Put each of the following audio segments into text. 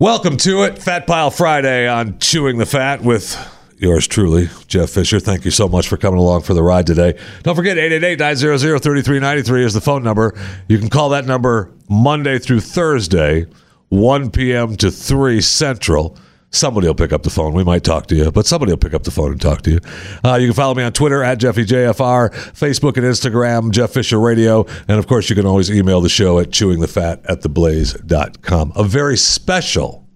Welcome to it, Fat Pile Friday on Chewing the Fat with yours truly, Jeff Fisher. Thank you so much for coming along for the ride today. Don't forget, 888-900-3393 is the phone number. You can call that number Monday through Thursday, 1 p.m. to 3 Central. Somebody will pick up the phone. We might talk to you, but somebody will pick up the phone and talk to you. Uh, you can follow me on Twitter at JeffyJFR, Facebook and Instagram, Jeff Fisher Radio. And of course, you can always email the show at chewingthefat at theblaze.com. A very special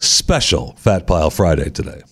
special Fat Pile Friday today.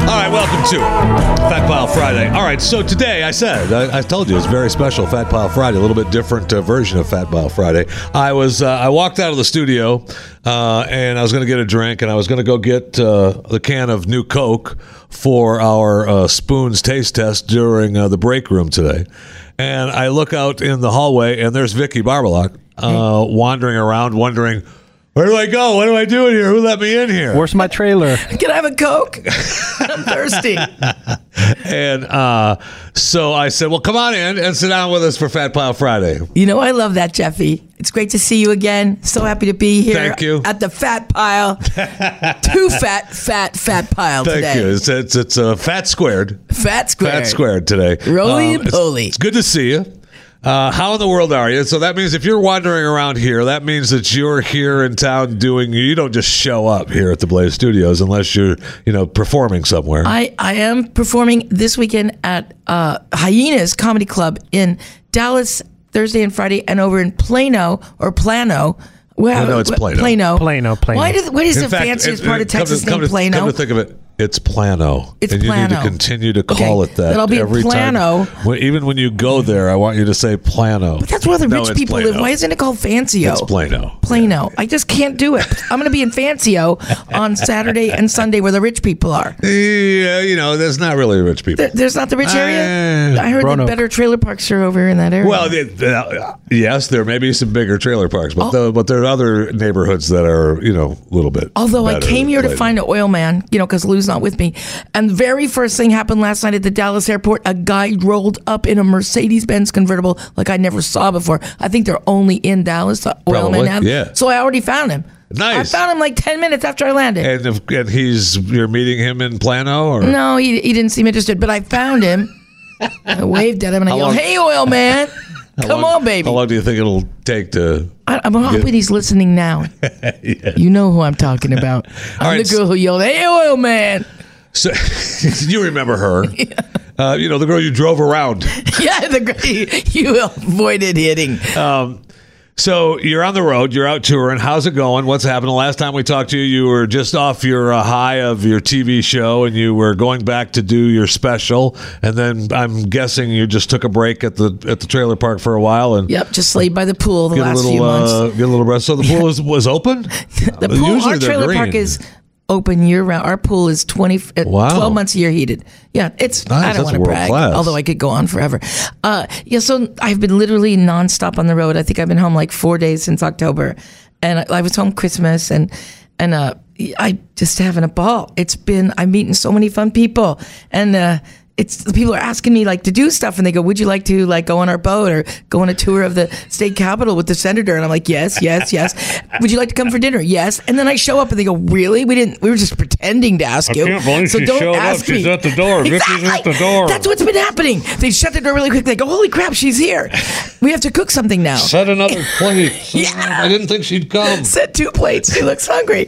All right, welcome to it. Fat Pile Friday. All right, so today I said, I, I told you it's very special Fat Pile Friday, a little bit different uh, version of Fat Pile Friday. I was, uh, I walked out of the studio uh, and I was going to get a drink and I was going to go get uh, the can of new Coke for our uh, Spoons taste test during uh, the break room today. And I look out in the hallway and there's Vicky Barbalok uh, wandering around, wondering, where do I go? What do I do in here? Who let me in here? Where's my trailer? Can I have a Coke? I'm thirsty. And uh, so I said, "Well, come on in and sit down with us for Fat Pile Friday." You know, I love that, Jeffy. It's great to see you again. So happy to be here. Thank you. At the fat pile. Two fat, fat, fat pile Thank today. you. It's it's, it's uh, fat squared, Fat square. fat squared today. Um, Roly and it's- poly. It's, good to see you. Uh, how in the world are you? So that means if you're wandering around here, that means that you're here in town doing. You don't just show up here at the Blaze Studios unless you're you know performing somewhere. I, I am performing this weekend at uh, Hyenas Comedy Club in Dallas Thursday and Friday, and over in Plano or Plano. Well, No, no, it's Plano. Plano. Plano, Plano. Why, do, what is In the fact, fanciest it- part it- of Texas come to, named come to- Plano? Come to think of it, it's Plano. It's and you need Plano. to continue to Okay, call it that. it'll be every time. Plano. When- even when you go there, I want you to say Plano. But that's where the No, rich it's people Plano. live. Why isn't it called Fancio? It's Plano. Plano. I just can't do it. I'm going to be in Fancio on Saturday and Sunday where the rich people are. Yeah, you know, there's not really rich people. There- There's not the rich area. Uh, I heard that Roanoke. better trailer parks are over in that area. well, the- uh, yes, there may be some bigger trailer parks, but Oh. the, but there are other neighborhoods that are you know a little bit. Although I better came here to than find an oil man, you know, because Lou's not with me. And the very first thing happened last night at the Dallas airport. A guy rolled up in a Mercedes Benz convertible like I never saw before. I think they're only in Dallas, the oil Probably, men have. yeah. So I already found him. Nice. I found him like 10 minutes after I landed. Plano. And if, and he's you're meeting him in Plano or No, he, he didn't seem interested, but I found him. I waved at him and I yelled, long- Hey, oil man. Come How long- on, baby. How long do you think it'll take to? I, I'm hoping he's listening now. You know who I'm talking about. I'm right, the so- girl who yelled, Hey, oil man. So, you remember her? Uh, you know the girl you drove around. yeah, the girl you avoided hitting. So you're on the road. You're out touring. How's it going? What's happening? Last time we talked to you, you were just off your uh, high of your TV show, and you were going back to do your special. And then I'm guessing you just took a break at the at the trailer park for a while and Yep, just laid by the pool the get a last few little months. uh, get a little rest. So the pool was, was open. the pool, Usually our they're trailer green. park is open year round. Our pool is 20, uh, Wow. 12 months a year heated. Yeah, it's, Nice, I that's don't want to world brag, class. although I could go on forever. Uh, yeah, so I've been literally nonstop on the road. I think I've been home like four days since October. And I, I was home Christmas and, and, uh, I just having a ball. It's been, I'm meeting so many fun people and, uh, it's the people are asking me like to do stuff and they go, would you like to like go on our boat or go on a tour of the state capitol with the senator? And I'm like, yes, yes, yes. would you like to come for dinner? Yes. And then I show up and they go, really? We didn't, we were just pretending to ask you. can't believe so she don't showed up. ask She's me. at the door. Vicky's Exactly. at the door. That's what's been happening. They shut the door really quick. They go, holy crap, she's here. We have to cook something now. Set another plate. Yeah. I didn't think she'd come. Set two plates. She looks hungry.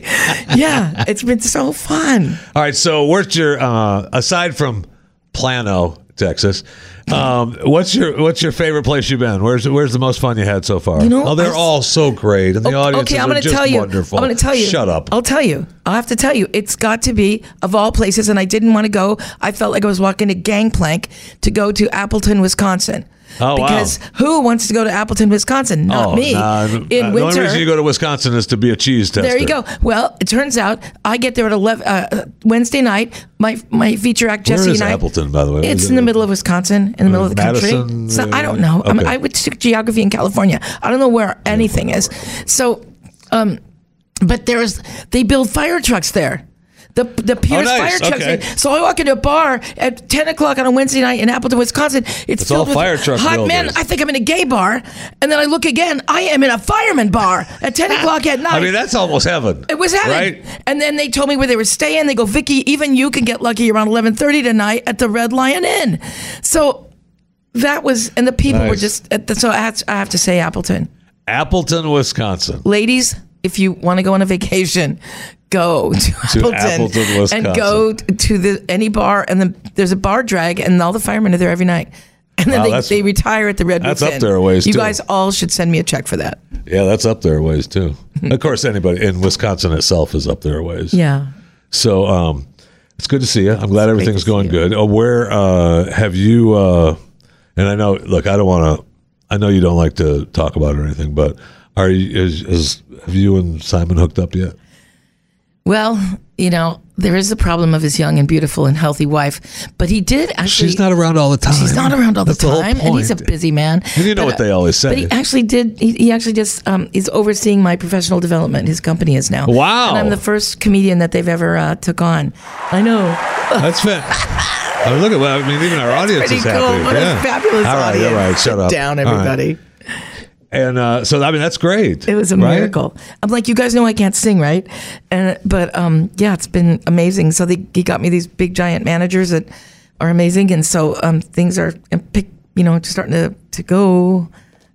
Yeah. It's been so fun. All right. So what's your uh, aside from Plano, Texas? Um, what's your what's your favorite place you've been? Where's where's the most fun you had so far? You know, oh, they're I- all so great, and the audience okay, I'm are gonna just tell you. wonderful. I'm going to tell you. Oh, Shut up. I'll tell you. I'll have to tell you. It's got to be of all places, and I didn't want to go. I felt like I was walking a gangplank to go to Appleton, Wisconsin. Oh, wow. because who wants to go to Appleton, Wisconsin? Not oh, me. nah, In the only winter. reason you go to Wisconsin is to be a cheese tester. There you go. Well, it turns out I get there at eleven uh, Wednesday night. My my feature act Where Jesse is and I. Appleton, by the way? It's Is in the it- middle of Wisconsin, in the middle of the Madison, country. So I don't know. uh, I'm- okay. I would took geography in California. I don't know where anything is. So, um, but there is they build fire trucks there. The the Pierce Oh, nice. fire trucks. Okay. So I walk into a bar at ten o'clock on a Wednesday night in Appleton, Wisconsin. It's, filled all with fire truck hot men. builders. I think I'm in a gay bar, and then I look again. I am in a fireman bar at ten o'clock at night. I mean, that's almost heaven. It was heaven. Right? And then they told me where they were staying. They go, Vicky, even you can get lucky around eleven thirty tonight at the Red Lion Inn. So that was, and the people were Nice. just. At the, so I have, to, I have to say, Appleton, Appleton, Wisconsin. ladies, if you want to go on a vacation, go to, Appleton, Wisconsin. and go t- to the any bar. And then there's a bar drag, and all the firemen are there every night. And then Wow, they, that's- they retire at the Redwood. that's up Inn. there a ways, You too. guys all should send me a check for that. Yeah, that's up there a ways, too. of course, anybody in Wisconsin itself is up there a ways. Yeah. So um, it's good to see you. I'm glad everything's to see going you. good. Uh, where uh, have you? Uh, and I know, look, I don't want to. I know you don't like to talk about it or anything, but are you? Is, is have you and Simon hooked up yet? Well, you know, there is the problem of his young and beautiful and healthy wife, but he did actually. She's not around all the time. He's not around all the That's whole time, and he's a point. busy man. And you know what uh, they always say. But he actually did. He, he actually just um, is overseeing my professional development. His company is now. Wow. And I'm the first comedian that they've ever uh, took on. I know. That's fit. I mean, look at well, I mean, even our audience Pretty is cool. happy. What yeah. a fabulous all right, audience. All right, shut Sit up. down, All right. everybody. And uh, so, I mean, that's great. It was a right? miracle. I'm like, you guys know I can't sing, right? And but um, yeah, it's been amazing. So they, he got me these big giant managers that are amazing, and so um, things are and pick, you know, starting to to go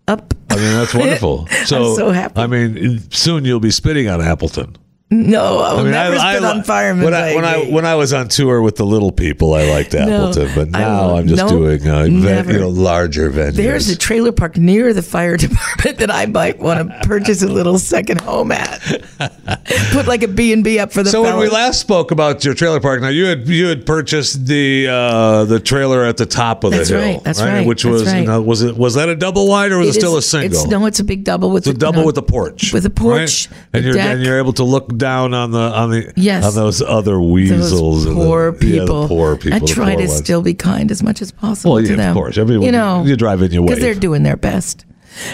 up. I mean, that's wonderful. So, so happy. I mean, soon you'll be spitting on Appleton. No, I'll mean, never spit on firemen. When I, when I baby. when I was on tour with the little people, I liked Appleton, but I now won't. I'm just No, doing uh, never. ve- you know, larger venues. there's a trailer park near the fire department that I might want to purchase a little second home at. Put like a B and B up for the. so when we fellas. last spoke about your trailer park, now you had you had purchased the uh, the trailer at the top of That's the hill, right, that's right, Which that's was you right. know, was it was that a double wide or was it, It still is- a single? It's, no, it's a big double with the double no, with the porch, with a right? porch, and the you're deck. and you're able to look down on the on the Yes. on those other weasels, Those and poor the, yeah, the people. poor people. I the try poor to ones. still be kind as much as possible Well, yeah, to of them. course. Everyone- you know, you drive in, you because they're wave. doing their best.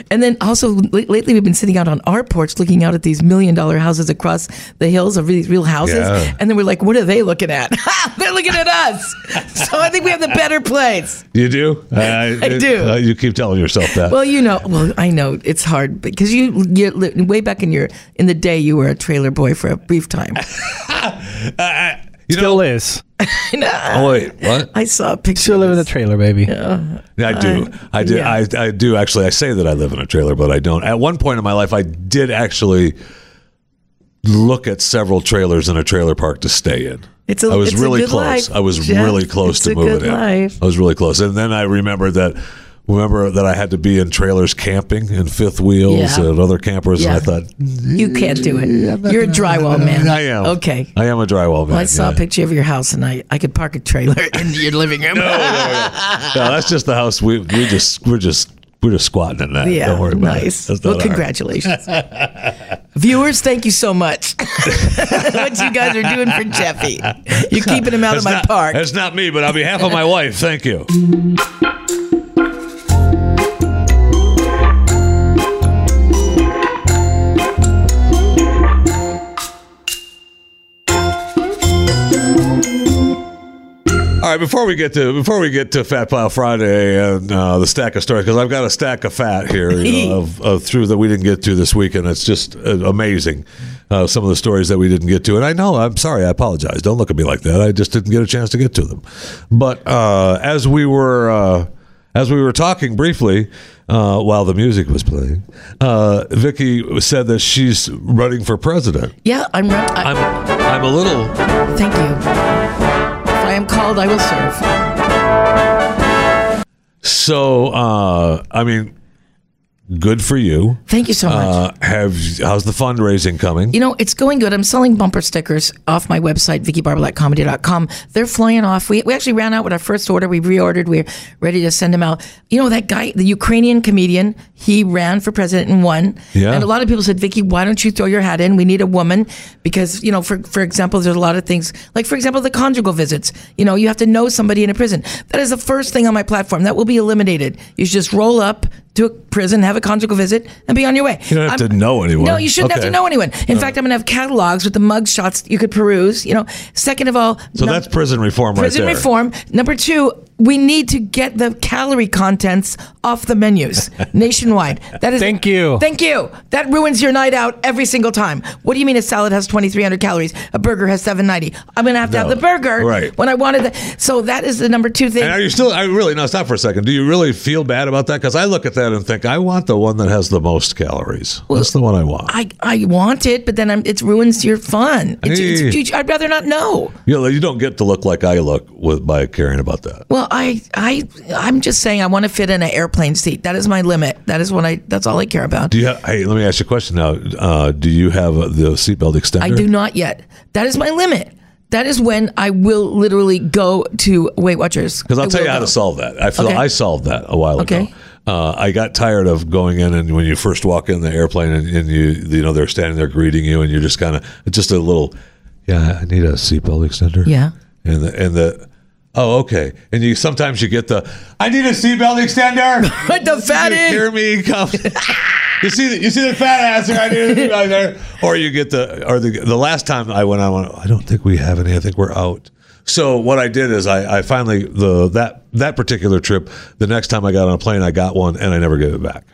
And then also l- lately, we've been sitting out on our porch looking out at these million dollar houses across the hills of these real houses, Yeah. and then we're like, "What are they looking at? they're looking at us." so I think we have the better place. You do? I, I do. uh, you keep telling yourself that. Well, you know, well, I know it's hard because you, you li- way back in your in the day, you were a trailer boy for a brief time. you Still is. I know. Uh, Oh wait, what? I saw a picture. Still live in of the this. trailer, baby. I do. I do. Uh, yeah. I, I do actually. I say that I live in a trailer, but I don't. At one point in my life, I did actually look at several trailers in a trailer park to stay in. It's a- I was it's a really good close. life, I was Jeff. really close It's to a moving good in. life. I was really close, and then I remember that. Remember that I had to be in trailers camping and fifth wheels Yeah. and other campers, Yeah. and I thought You can't do it. You're a drywall man. I am Okay. I am a drywall man. Oh, I saw a yeah. picture of your house, and I, I could park a trailer in your living room. Oh, No, that's just the house. We we just we're just we're just squatting in that. yeah, don't worry about nice. it. That's not Well, ours. congratulations, viewers. Thank you so much. what you guys are doing for Jeffy? You're keeping him out That's of my not- park. That's not me, but on behalf of my wife, thank you. All right, before we get to before we get to Fat Pile Friday and uh, the stack of stories, because I've got a stack of fat here you know, of, of through that we didn't get to this week, and it's just uh, amazing uh, some of the stories that we didn't get to. And I know I'm sorry, I apologize. Don't look at me like that. I just didn't get a chance to get to them. But uh, as we were uh, as we were talking briefly uh, while the music was playing, uh, Vicky said that she's running for president. yeah, I'm. Re- I, I'm I'm a little thank you. If I am called, I will serve. So, uh, I mean, Good for you. Thank you so much. Uh, have how's the fundraising coming? you know, it's going good. I'm selling bumper stickers off my website, VickiBarbalatComedy.com. They're flying off. We, we actually ran out with our first order. We reordered. We're ready to send them out. You know, that guy, the Ukrainian comedian, he ran for president and won. Yeah. And a lot of people said, Vicky, why don't you throw your hat in? We need a woman because, you know, for, for example, there's a lot of things, like, for example, the conjugal visits. You know, you have to know somebody in a prison. That is the first thing on my platform. That will be eliminated. You should just roll up to a prison, have a conjugal visit, and be on your way. You don't have I'm- to know anyone. No, you shouldn't have Okay. to know anyone. In fact, I'm going to have catalogs with the mug shots you could peruse. You know, second of all, So that's prison reform right prison there. reform. Number two, we need to get the calorie contents off the menus nationwide. That is Thank you. Thank you. That ruins your night out every single time. What do you mean a salad has 2,300 calories? A burger has 790. I'm going to have to No. have the burger Right. when I wanted that. So that is the number two thing. And are you still? I really no. Stop for a second. Do you really feel bad about that? Because I look at that and think, I want the one that has the most calories. That's the one I want. I, I want it, but then I'm, it ruins your fun. It's, it's, I'd rather not know. You know, you don't get to look like I look with by caring about that. Well, I, I, I'm just saying I want to fit in an airplane seat. That is my limit. That is what I. That's all I care about. Do you? Have, hey, let me ask you a question now. Uh, do you have the seatbelt extender? I do not yet. That is my limit. That is when I will literally go to Weight Watchers. Because I'll I tell will you how go. to solve that. I feel Okay. I solved that a while ago. Okay. Uh, I got tired of going in and when you first walk in the airplane and, and you you know they're standing there greeting you and you're just kind of just a little yeah I need a seatbelt extender Yeah. and the, and the oh okay and you sometimes you get the I need a seatbelt extender But the you hear fatty. me come. You see, the, you see the fat ass right here, right there, or you get the or the the last time I went, I went. I don't think we have any. I think we're out. So what I did is I, I finally the that that particular trip. The next time I got on a plane, I got one and I never gave it back.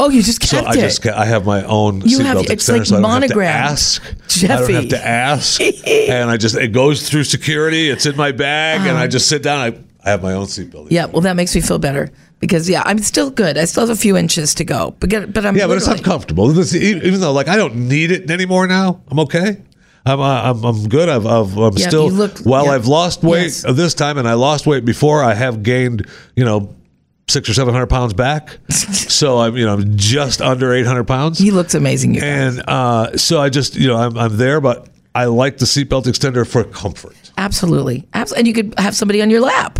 Oh, you just So kept I it. just ca- I have my own You have- seatbelt it's extender, like so I don't have to monogrammed. ask. I don't have Jeffy. to ask, and I just it goes through security. It's in my bag, and Uh-huh. I just sit down. I I have my own seatbelt. yeah. Well, that makes me feel better because yeah, I'm still good. I still have a few inches to go. But get, but I'm Yeah, but it's literally- uncomfortable. This, e- even though, like, I don't need it anymore now. I'm okay. I'm uh, I'm, I'm good. I've, I've I'm Yeah, still. you look- while yeah. I've lost weight Yes. this time, and I lost weight before, I have gained you know six or seven hundred pounds back. so I'm you know I'm just under eight hundred pounds, He looks amazing. You. guys. and uh, so I just you know I'm I'm there, but I like the seatbelt extender for comfort, Absolutely. Absolutely. And you could have somebody on your lap.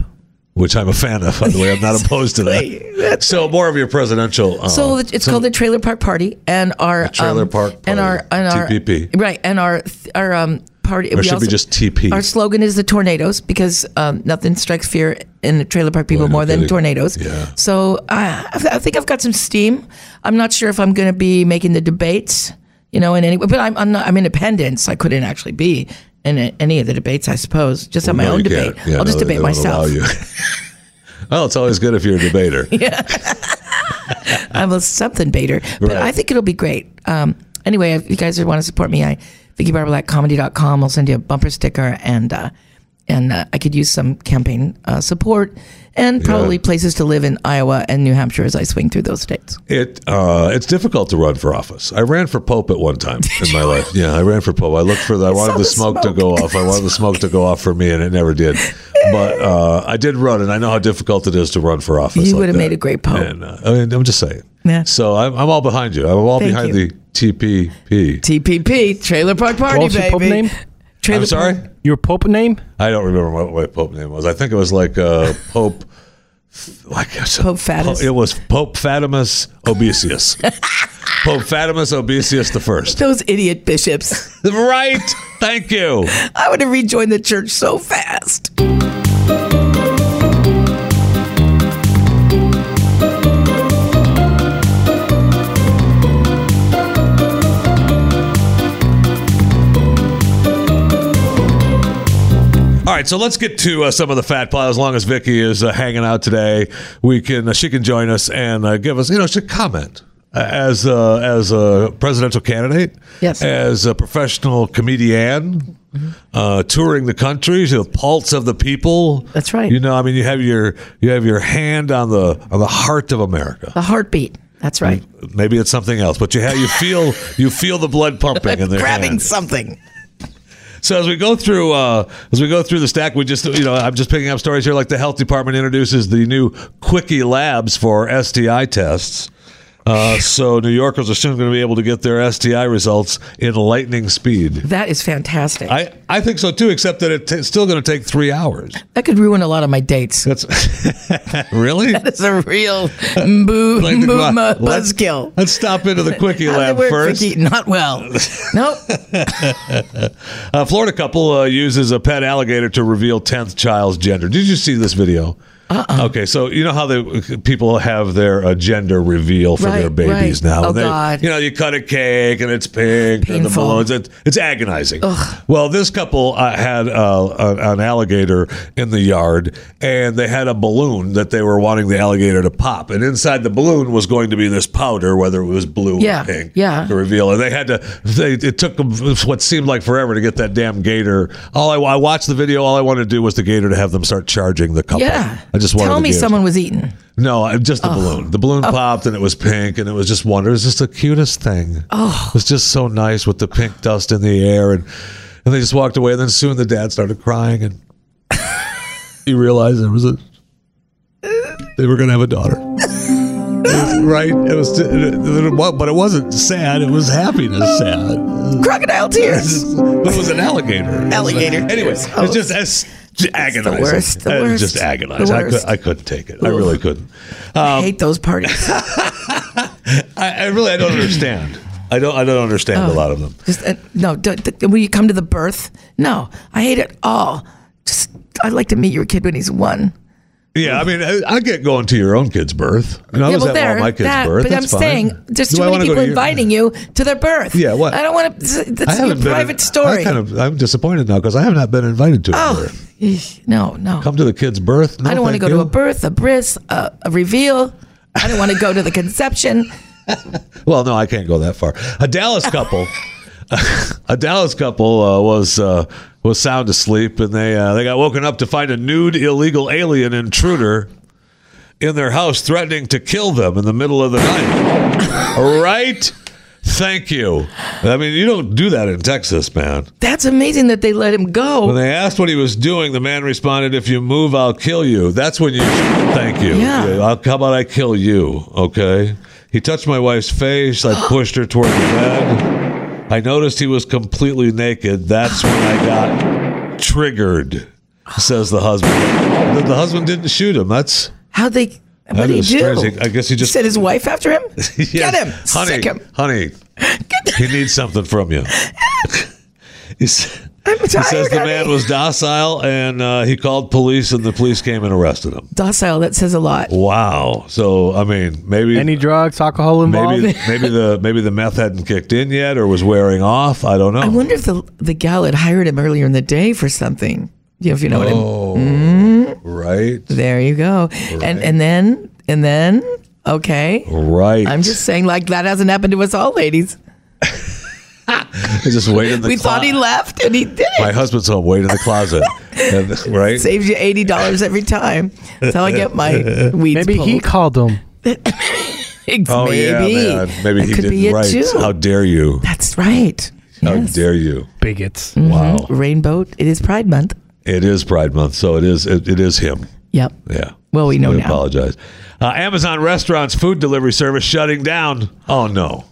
which I'm a fan of. By the way, I'm not opposed to Exactly. that. That's So more of your presidential. Uh, So it's called the Trailer Park Party, and our um, Trailer Park and our Party, and our TPP. right, and our our um party. Or should be just TP. Our slogan is the tornadoes because um, nothing strikes fear in the trailer park people no more than kidding. tornadoes. Yeah. So I, I think I've got some steam. I'm not sure if I'm going to be making the debates, you know, in any. But I'm I'm, not, I'm independent, so I couldn't actually be in a- any of the debates. I suppose just have my No, own you debate. can't. Yeah, I'll just no, they debate don't allow myself. you. well, it's always good if you're a debater. I'm a something baiter, but Right. I think it'll be great. Um, anyway, if you guys would want to support me, I VickyBarberLackComedy.com. I'll send you a bumper sticker, and uh, and uh, I could use some campaign uh, support and probably places to live in Iowa and New Hampshire as I swing through those states. It uh, it's difficult to run for office. I ran for pope at one time in my life. Yeah, I ran for pope. I looked for the. I wanted saw the, the smoke, to smoke. go off. I wanted the smoke to go off for me, and it never did. But uh, I did run, and I know how difficult it is to run for office. You like would've that. made a great pope. And, uh, I mean, I'm just saying. Yeah. So I'm, I'm all behind you. I'm all Thank behind you. the TPP. TPP Trailer Park Party, What's your baby. Pope name? Trailer I'm sorry. Park- Your Pope name? I don't remember what my Pope name was. I think it was like uh, Pope. Like Pope Fatus. It was Pope Fatimus Obesius. Pope Fatimus Obesius the first. Those idiot bishops. Right. Thank you. I would have rejoined the church so fast. All right, so let's get to uh, some of the fat pile. As long as Vicky is uh, hanging out today, we can uh, she can join us and uh, give us you know she comment uh, as uh, as a presidential candidate, Yes. Mm-hmm. as a professional comedian, uh, touring the country, the pulse of the people. That's right. You know, I mean, you have your you have your hand on the on the heart of America. The heartbeat. That's right. Maybe it's something else, but you have, you feel you feel the blood pumping in the Grabbing hand. something. So as we go through uh, as we go through the stack, we just you know I'm just picking up stories here. Like the health department introduces the new Quickie Labs for STI tests. Uh, so New Yorkers are soon going to be able to get their STI results in lightning speed. That is fantastic. I, I think so too, except that it's still going to take three hours. that could ruin a lot of my dates. That's really That's a real boo, Like the- boo, come mu- on, let's- buzzkill. Let's stop into the quickie How'd lab it work, first. Vicky? Not well. nope. A Florida couple uh, uses a pet alligator to reveal tenth child's gender. Did you see this video? Uh-uh. Okay, so you know how the people have their uh, gender reveal for their Right, babies right. now. Oh, They- God. You know, you cut a cake and it's pink and the Painful. balloons. It, it's agonizing. Well, this couple uh, had uh, an, an alligator in the yard and they had a balloon that they were wanting the alligator to pop, and inside the balloon was going to be this powder, whether it was blue Yeah, or pink. yeah. to reveal. And they had to, they, it took them what seemed like forever to get that damn gator. All I, I watched the video. All I wanted to do was the gator to have them start charging the couple. Yeah. I just wanted Tell the me gator- someone was eaten. No, I- just the Oh. balloon. The balloon popped and it was pink and it was just wonderful. It was just the cutest thing. Oh. It was just so nice with the pink dust in the air. And, and they just walked away. And then soon the dad started crying and he realized there was a, they were going to have a daughter. It was- Right, it was, but it wasn't sad. It was happiness sad. Crocodile tears. But it was an alligator. Alligator Anyway, tears. Oh, it's just it's agonizing. worst, the It was worst, Just the agonizing. I, could, worst. I couldn't take it. I really couldn't. I hate those parties. I, I really I don't understand. I don't I don't understand a lot of them. Just uh, no. D- d- will you come to the birth? No, I hate it all. Just I'd like to meet your kid when he's one. Yeah, I mean, I, I get going to your own kid's birth. And I was at all my kids' that, birth. But That's I'm fine. saying there's Do too I many wanna go people to your- inviting you to their birth. Yeah, what- I don't want to. I That's your haven't been- private I story. kind of, I'm disappointed now because I have not been invited to a oh, birth. eesh, no, no. Come to the kid's birth. No, I don't want to go thank to you. a birth, a bris, a, a reveal. I don't want to go to the conception. Well, no, I can't go that far. A Dallas couple, a Dallas couple uh, was uh, was sound asleep, and they uh, they got woken up to find a nude illegal alien intruder in their house, threatening to kill them in the middle of the night. right? Thank you. I mean, you don't do that in Texas, man. That's amazing that they let him When go. they asked what he was doing, the man responded, "If you move, I'll kill you." That's when you thank you. Yeah. I'll, how about I kill you? Okay. He touched my wife's face. I pushed her toward the bed. I noticed he was completely naked. That's when I got triggered. Says the husband. The, the husband didn't shoot him. That's How'd they? What That did he is do? strange. I guess he just- sent his wife after him. Get Yes. him, honey. sick him. Honey, he needs something from you. He's- I'm he tired. says the honey. man was docile and uh, he called police and the police came and arrested him. docile. That says a lot. Wow. So I mean, maybe Any drugs, alcohol involved? maybe maybe the maybe the meth hadn't kicked in yet or was wearing off. I don't know. I wonder if the the gal had hired him earlier in the day for something. You know, if you know Oh. what I mean. Mm-hmm. right. There you go. And and then and then okay. Right. I'm just saying, like that hasn't happened to us all, ladies. I just wait in the We clo- thought he left, and he did it. My husband's home. Wait in the closet. And- right. Saves you eighty dollars every time. That's how I get my weeds. Maybe pulled. he called them. It's Oh maybe. yeah, man. Maybe That he could didn't be it right. too. How dare you? That's right. How Yes. Mm-hmm. dare you? Bigots. Mm. Wow. Rainbow. It is Pride Month. It is Pride Month, so it is it, it is him. Yep. Yeah. Well, we know I now. apologize. Uh, Amazon restaurants food delivery service shutting down. Oh no.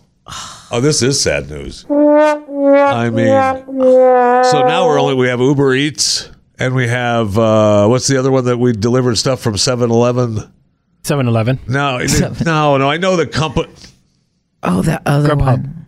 Oh, this is sad news. I mean, so now we're only we have Uber Eats and we have uh, what's the other one that we delivered stuff from 7-Eleven? 7 Eleven. No, it- no, no. I know the company. Oh, that other Grubhub. one.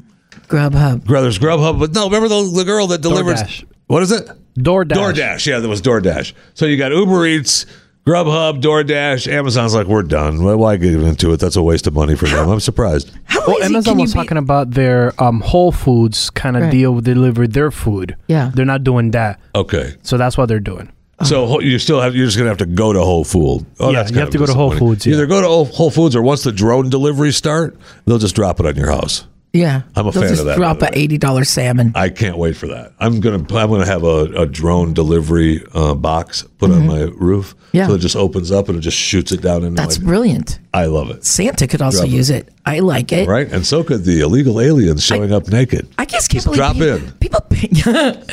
Grubhub. Brothers Grubhub, but no, remember the, the girl that delivers. DoorDash. What is it? DoorDash. DoorDash. Yeah, that was DoorDash. So you got Uber Eats, Grubhub, DoorDash. Amazon's like, we're done. Why- Why get into it? That's a waste of money for them. I'm surprised. How Well, easy Amazon can you was be- talking about their um, Whole Foods kind of Right. deal with deliver their food. Yeah. They're not doing that. Okay. So that's what they're doing. So ho- you still have you're just gonna have to go to Whole Foods. Oh, Yeah, that's you kind have of to go to Whole disappointing. Foods, yeah. Either go to Whole- Whole Foods or once the drone deliveries start, they'll just drop it on your house. Yeah. I'm a They'll fan just of that, Drop by a the way. eighty dollar salmon. I can't wait for that. I'm gonna I'm gonna have a, a drone delivery uh, box put on my roof. Mm-hmm. Yeah. So it just opens up and it just shoots it down into That's my brilliant. I love it. Santa could also Rub it. use it. I like it. Right? And so could the illegal aliens showing up naked. I just can't believe drop pe- in. people pay,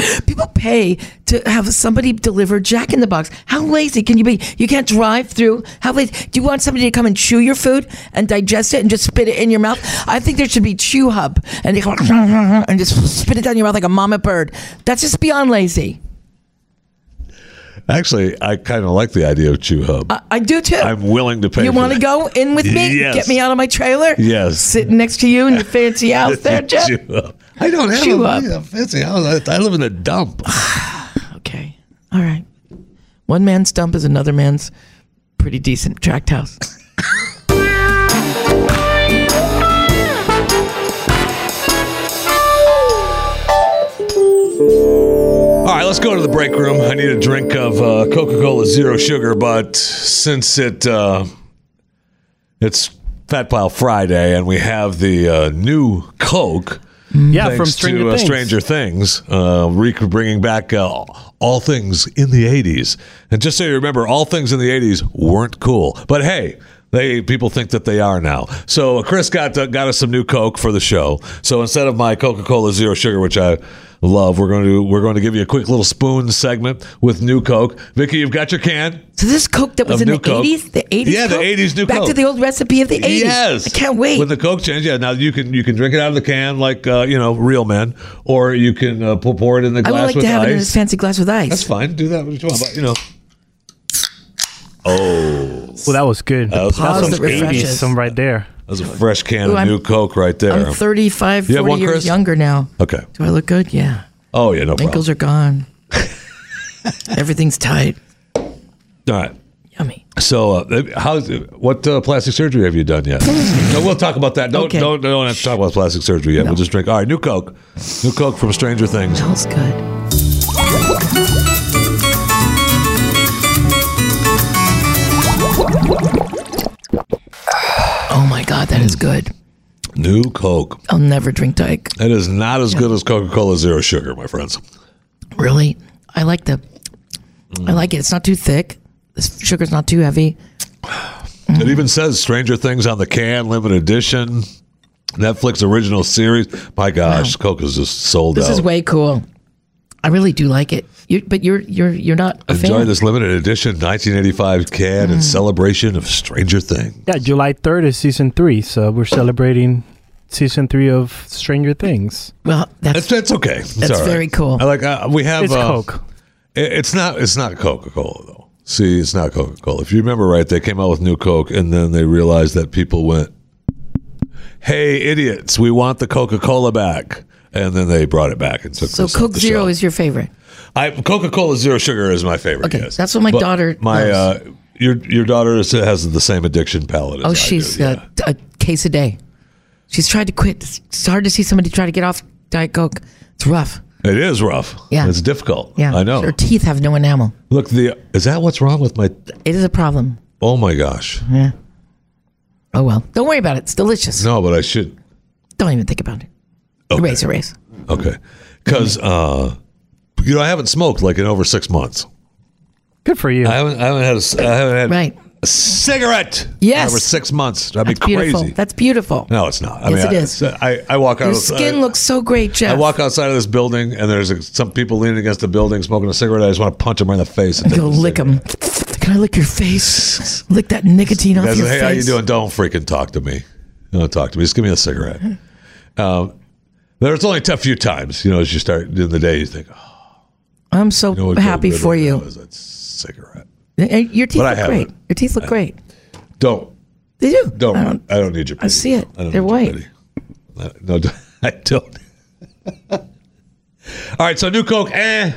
people pay to have somebody deliver Jack in the Box. How lazy can you be? You can't drive through. How lazy? Do you want somebody to come and chew your food and digest it and just spit it in your mouth? I think there should be Chew Hub and they go and just spit it down your mouth like a mama bird. That's just beyond lazy. Actually, I kind of like the idea of Chew Hub. I, I do too. I'm willing to pay. you for want to that. go in with me? Yes. Get me out of my trailer? Yes. Sitting next to you in your fancy house there, Jeff? Chew Hub. I don't have Chew a, Hub. a fancy house. I, I live in a dump. Okay. All right. One man's dump is another man's pretty decent tract house. All right, let's go to the break room. I need a drink of uh, Coca-Cola Zero Sugar, but since it uh, it's Fat Pile Friday and we have the uh, new Coke. Mm. Yeah, from thanks Stranger to uh, Things. Stranger Things, uh, re- bringing back uh, all things in the '80s. And just so you remember, all things in the '80s weren't cool, but hey, they people think that they are now. So uh, Chris got uh, got us some new Coke for the show. So instead of my Coca-Cola Zero Sugar, which I love, we're going to we're going to give you a quick little spoon segment with new Coke. Vicky, you've got your can. So this Coke that was Of in new the Coke. 80s, the 80s Yeah, the Coke? 80s new Back Coke. to the old recipe of the 80s. Yes, I can't wait. When the Coke change, yeah. Now you can you can drink it out of the can like uh, you know real men, or you can uh, pour pour it in the glass I would like with to have ice. it in this fancy glass with ice. That's fine. Do that what you want, but you know. Oh, that Well, that was good. was- Pause That's that some refreshes. 80s, some right there. was a fresh can Ooh, of I'm- new Coke right there. I'm 35, You have 40 one, years Chris? younger now. okay. Do I look good? Yeah. Oh yeah, no problem. Wrinkles are gone. Everything's tight. All right. Yummy. So, uh, how? What uh, plastic surgery have you done yet? no, we'll talk about that. Don't Okay. don't don't have to talk about plastic surgery yet. We'll just drink. All right, new Coke, new Coke from Stranger Things. Smells good. Oh my God, that is good. New Coke. I'll never drink Diet. That is not as good as Coca Cola Zero Sugar, my friends. Really, I like the. I like it. It's not too thick. The sugar's not too heavy. It even says Stranger Things on the can, limited edition, Netflix original series. My gosh, Coke is just sold This out. is way cool. I really do like it. You, but you're you're you're not a Enjoy fan. Mm. this limited edition 1985 can in celebration of Stranger Things. Yeah, July 3rd is season three, so we're celebrating season three of Stranger Things. Well, that's It's, it's okay. It's That's all right. very cool. I like uh, we have It's uh, Coke. it- it's not it's not Coca Cola though. See, it's not Coca Cola. If you remember right, they came out with new Coke, and then they realized that people went, "Hey, idiots! We want the Coca Cola back." And then they brought it back and took. so this off Coke the Zero shelf. is your favorite. I Coca Cola Zero Sugar is my favorite. Okay, yes. that's what my daughter My loves. uh, your your daughter is, has the same addiction palate. As Oh, I she's do, yeah. a, a case a day. She's tried to quit. It's hard to see somebody try to get off Diet Coke. It's rough. It is rough. Yeah. it's difficult. Yeah, I know. Her teeth have no enamel. Look, the is that what's wrong with my? It is a problem. Oh my gosh! Yeah. Oh well, don't worry about it. It's delicious. No, but I should. Don't even think about it. Okay. Erase, erase. Okay, because uh, you know I haven't smoked like in over six months. Good for you. I haven't. I haven't had. A, c- I haven't had Right. a cigarette. in Yes. over six months. That'd That's be crazy. beautiful. That's beautiful. no, it's not. I Yes, mean, it I- is. I, I walk out. Your of- skin I- looks so great, Jeff. I walk outside of this building and there's uh, some people leaning against the building smoking a cigarette. I just want to punch them right in the face. And Go take the lick cigarette. them. Can I lick your face? Lick that nicotine off Guys, your hey, face. how you doing? Don't freaking talk to me. Don't talk to me. Just give me a cigarette. Um, there's only a few times, you know, as you start in the day, you think, oh, I'm so you know, what'd go happy good for right now you. Is that cigarette? And Your teeth But I look haven't. great. Your teeth look great. Don't, They do. don't. I I don't- don't, need your. Pity. I see it. don't They're need your white. pity. Uh, No, I don't. all right, so new Coke. Eh,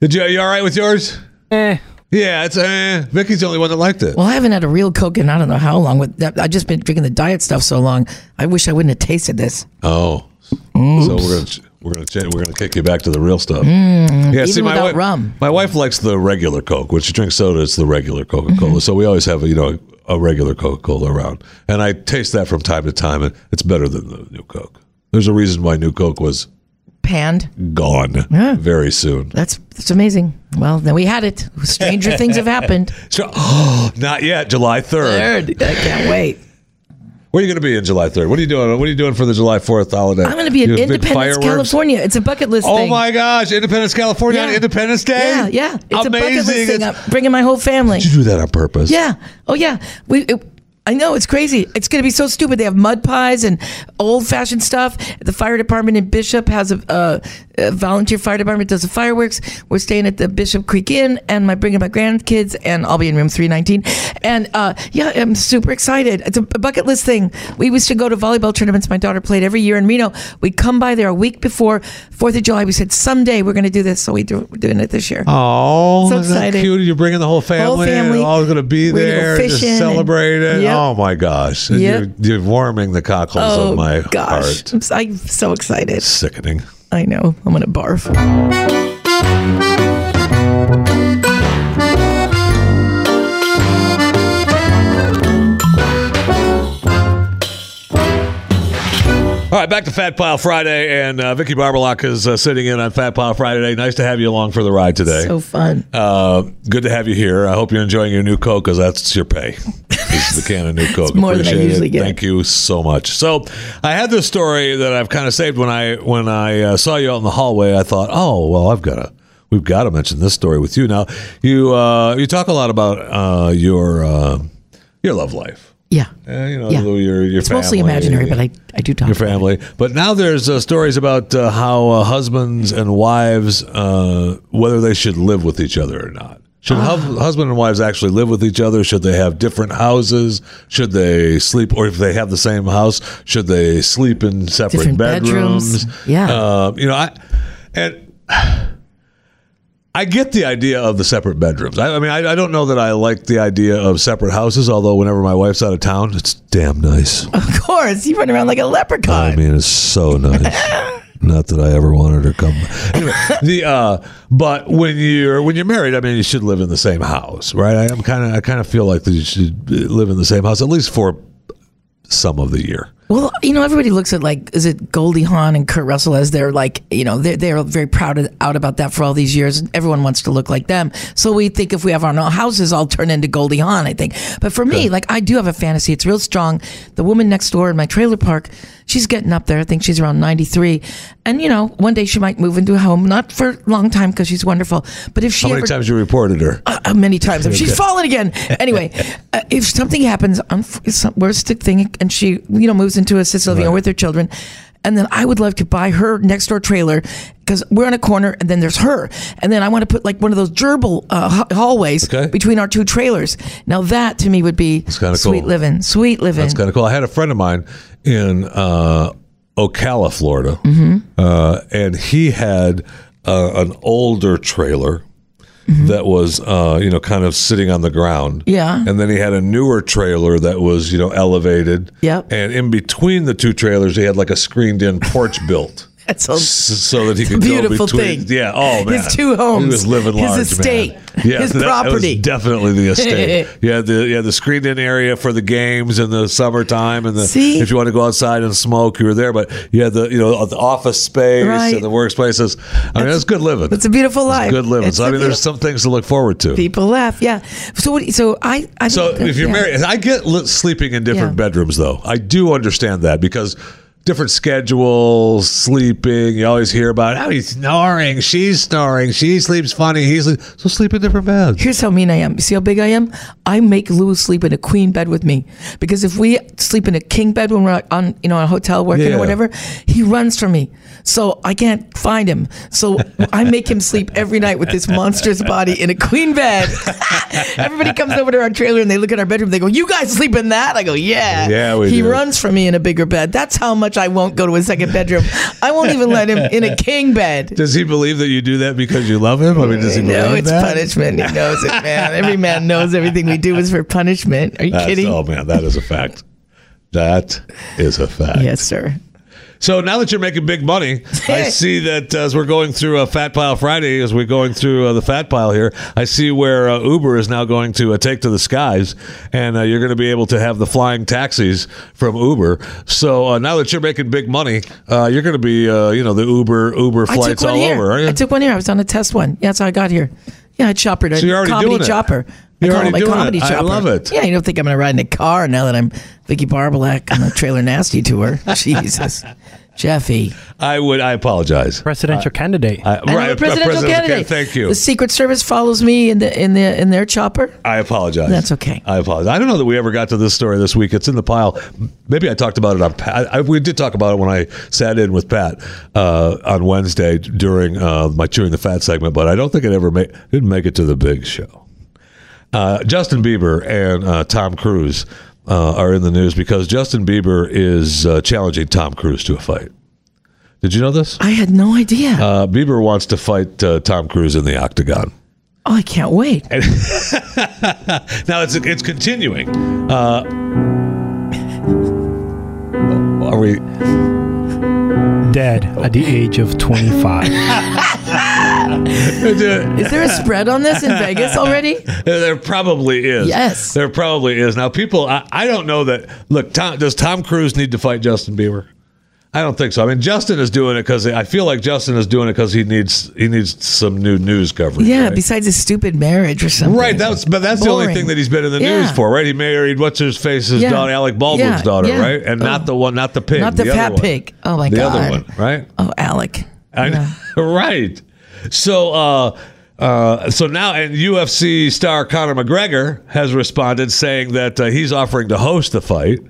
did you? You all right with yours? Eh, Yeah, it's eh. Vicky's the only one that liked it. Well, I haven't had a real Coke in I don't know how long. With that, I've just been drinking the diet stuff so long. I wish I wouldn't have tasted this. Oh, so we're gonna we're gonna change, we're gonna kick you back to the real stuff. yeah, Hmm. even my without wife, rum. my wife likes the regular Coke. When she drinks soda, it's the regular Coca Cola. Mm-hmm. So we always have you know a regular Coca Cola around, and I taste that from time to time, and it's better than the new Coke. There's a reason why new Coke was panned. Gone very soon. That's that's amazing. Well, then we had it. Stranger things have happened. So, not yet. July third. Third, I can't wait. Where are you going to be in July third? What are you doing? What are you doing for the July fourth holiday? I'm going to be You in have big Independence, fireworks? California. It's a bucket list Oh thing. my gosh! Independence, California, on Yeah. Independence Day. Yeah, yeah. amazing. It's a bucket list thing. It's- I'm bringing my whole family. Did you do that on purpose? Yeah. Oh yeah. We. It, I know it's crazy. It's going to be so stupid. They have mud pies and old-fashioned stuff. The fire department in Bishop has a, uh, a volunteer fire department does the fireworks. We're staying at the Bishop Creek Inn, and I'm bringing my grandkids, and I'll be in room three nineteen. And uh, yeah, I'm super excited. It's a bucket list thing. We used to go to volleyball tournaments. My daughter played every year in Reno. We come by there a week before Fourth of July. We said someday we're going to do this, so we do, we're doing it this year. Oh, So isn't that excited. Cute. You're bringing the whole family. Whole And family. all going to be We're gonna go there, just fishing and- celebrate it. Yep. Oh my gosh! And Yep. You're, you're warming the cockles Oh of my gosh, heart. I'm, s- I'm so excited. Sickening. I know. I'm gonna barf. All right, back to Fat Pile Friday, and uh, Vicky Barbalak is uh, sitting in on Fat Pile Friday. Nice to have you along for the ride today. So fun. uh, good to have you here. I hope you're enjoying your new Coke because that's your pay. This is the can of new Coke. more than I Appreciate usually it. get. Thank you so much. So I had this story that I've kind of saved when I when I uh, saw you out in the hallway. I thought, oh well, I've got to we've got to mention this story with you. Now you uh, you talk a lot about uh, your uh, your love life. Yeah. Uh, you know, Yeah. your your It's mostly family. imaginary, but I, I do talk. your about it. family. But now there's uh, stories about uh, how uh, husbands and wives, uh, whether they should live with each other or not. Should Ah. hus- husband and wives actually live with each other? Should they have different houses? Should they sleep, or if they have the same house, should they sleep in separate Different bedrooms? bedrooms. Yeah. Uh, you know, I and I get the idea of the separate bedrooms. I, I mean, I, I don't know that I like the idea of separate houses. Although, whenever my wife's out of town, it's damn nice. Of course, you run around like a leprechaun. I mean, Oh, it's so nice. Not that I ever wanted her to come. Anyway, the uh, but when you're when you're married, I mean, you should live in the same house, right? I, I'm kind of I kind of feel like that you should live in the same house at least for some of the year. Well, you know, everybody looks at like, is it Goldie Hawn and Kurt Russell as they're like, you know, they're, they're very proud of, out about that for all these years. Everyone wants to look like them. So we think if we have our own houses, I'll turn into Goldie Hawn, I think. But for me, like, I do have a fantasy. It's real strong. The woman next door in my trailer park, she's getting up there. I think she's around 93. And, you know, one day she might move into a home, not for a long time because she's wonderful. But if she How many ever times you reported her? uh, many times. She's fallen again. Anyway, uh, if something happens, um, some worst thing, and she you know moves into assisted living or Right. with her children, and then I would love to buy her next door trailer because we're in a corner, and then there's her, and then I want to put like one of those gerbil uh, ha- hallways Okay. between our two trailers. Now that to me would be kinda sweet cool. living, sweet living. That's kind of cool. I had a friend of mine in uh, Ocala, Florida, Mm-hmm. uh, and he had uh, an older trailer that was, uh, you know, kind of sitting on the ground. Mm-hmm. Yeah. And then he had a newer trailer that was, you know, elevated. Yep. And in between the two trailers, he had like a screened-in porch built. That's so- S- so that he could beautiful go between, thing. Yeah. Oh man. His two homes. He was living His large. man. estate. Yeah, His that- that was property. definitely the estate. yeah, the yeah the screened in area for the games in the summertime and the See? if you want to go outside and smoke, you were there. But you had the you know uh, the office space Right. and the workspaces. I mean, that's good living. It's a beautiful life. good living. It's So a I mean, there's beautiful- some things to look forward to. people laugh. Yeah. So what, so I. I So think that- if you're yeah. married, I get li- sleeping in different Yeah. bedrooms though. I do understand that because different schedules, sleeping. You always hear about oh he's snoring, she's snoring, she sleeps funny, he sleeps. So sleep in different beds. Here's how mean I am. You see how big I am? I make Lou sleep in a queen bed with me because if we sleep in a king bed when we're on, you know, on a hotel working Yeah. or whatever, he runs from me. So I can't find him. So I make him sleep every night with this monstrous body in a queen bed. Everybody comes over to our trailer and they look at our bedroom. They go, "You guys sleep in that?" I go, "Yeah." Yeah, we He do. runs from me in a bigger bed. That's how much I won't go to a second bedroom. I won't even let him in a king bed. Does he believe that you do that because you love him? I mean, does he believe No, it's that? punishment. He knows it, man. Every man knows everything we do is for oh, punishment. Are you That's- kidding? Oh man, that is a fact. That is a fact. Yes, sir. So now that you're making big money, I see that as we're going through a Fat Pile Friday, as we're going through uh, the Fat Pile here, I see where uh, Uber is now going to uh, take to the skies, and uh, you're going to be able to have the flying taxis from Uber. So uh, now that you're making big money, uh, you're going to be, uh, you know, the Uber Uber I took flights one all here. over. aren't you? I took one here. I was on a test one. Yeah, that's how I got here. Yeah, I choppered a So you're already comedy doing it. chopper. You're I call already it my doing comedy it. I chopper. love it. Yeah, you don't think I'm going to ride in a car now that I'm Vicky Barbalak on a trailer nasty tour. Jesus. Jeffy. I would. I apologize. Presidential candidate. I, And I'm a presidential, candidate. Thank you. The Secret Service follows me in the in the in their chopper. I apologize. That's okay. I apologize. I don't know that we ever got to this story this week. It's in the pile. Maybe I talked about it on. Pat. I, I- we did talk about it when I sat in with Pat uh, on Wednesday during uh, my chewing the fat segment, but I don't think it ever made didn't make it to the big show. Uh, Justin Bieber and uh, Tom Cruise uh, are in the news because Justin Bieber is uh, challenging Tom Cruise to a fight. Did you know this? I had no idea. Uh, Bieber wants to fight uh, Tom Cruise in the octagon. oh, I can't wait. Now it's it's continuing. Uh, are we? Dead at the age of 25. Is there a spread on this in Vegas already? There probably is. Yes. There probably is. Now, people, I, I don't know that. Look, Tom, does Tom Cruise need to fight Justin Bieber? I don't think so. I mean, Justin is doing it because I feel like Justin is doing it because he needs he needs some new news coverage. Yeah, right? besides his stupid marriage or something. Right, that's but that's the only Boring. thing that he's been in the Yeah. news for, right? He married what's his face's Yeah. daughter, Alec Baldwin's Yeah, daughter, yeah. right? And not Oh. the one, not the pig, Not the, other fat one. pig. Oh my the god. other one, right? Oh, Alec. I know. right. So, uh, uh, so now, and UFC star Conor McGregor has responded, saying that uh, he's offering to host the fight.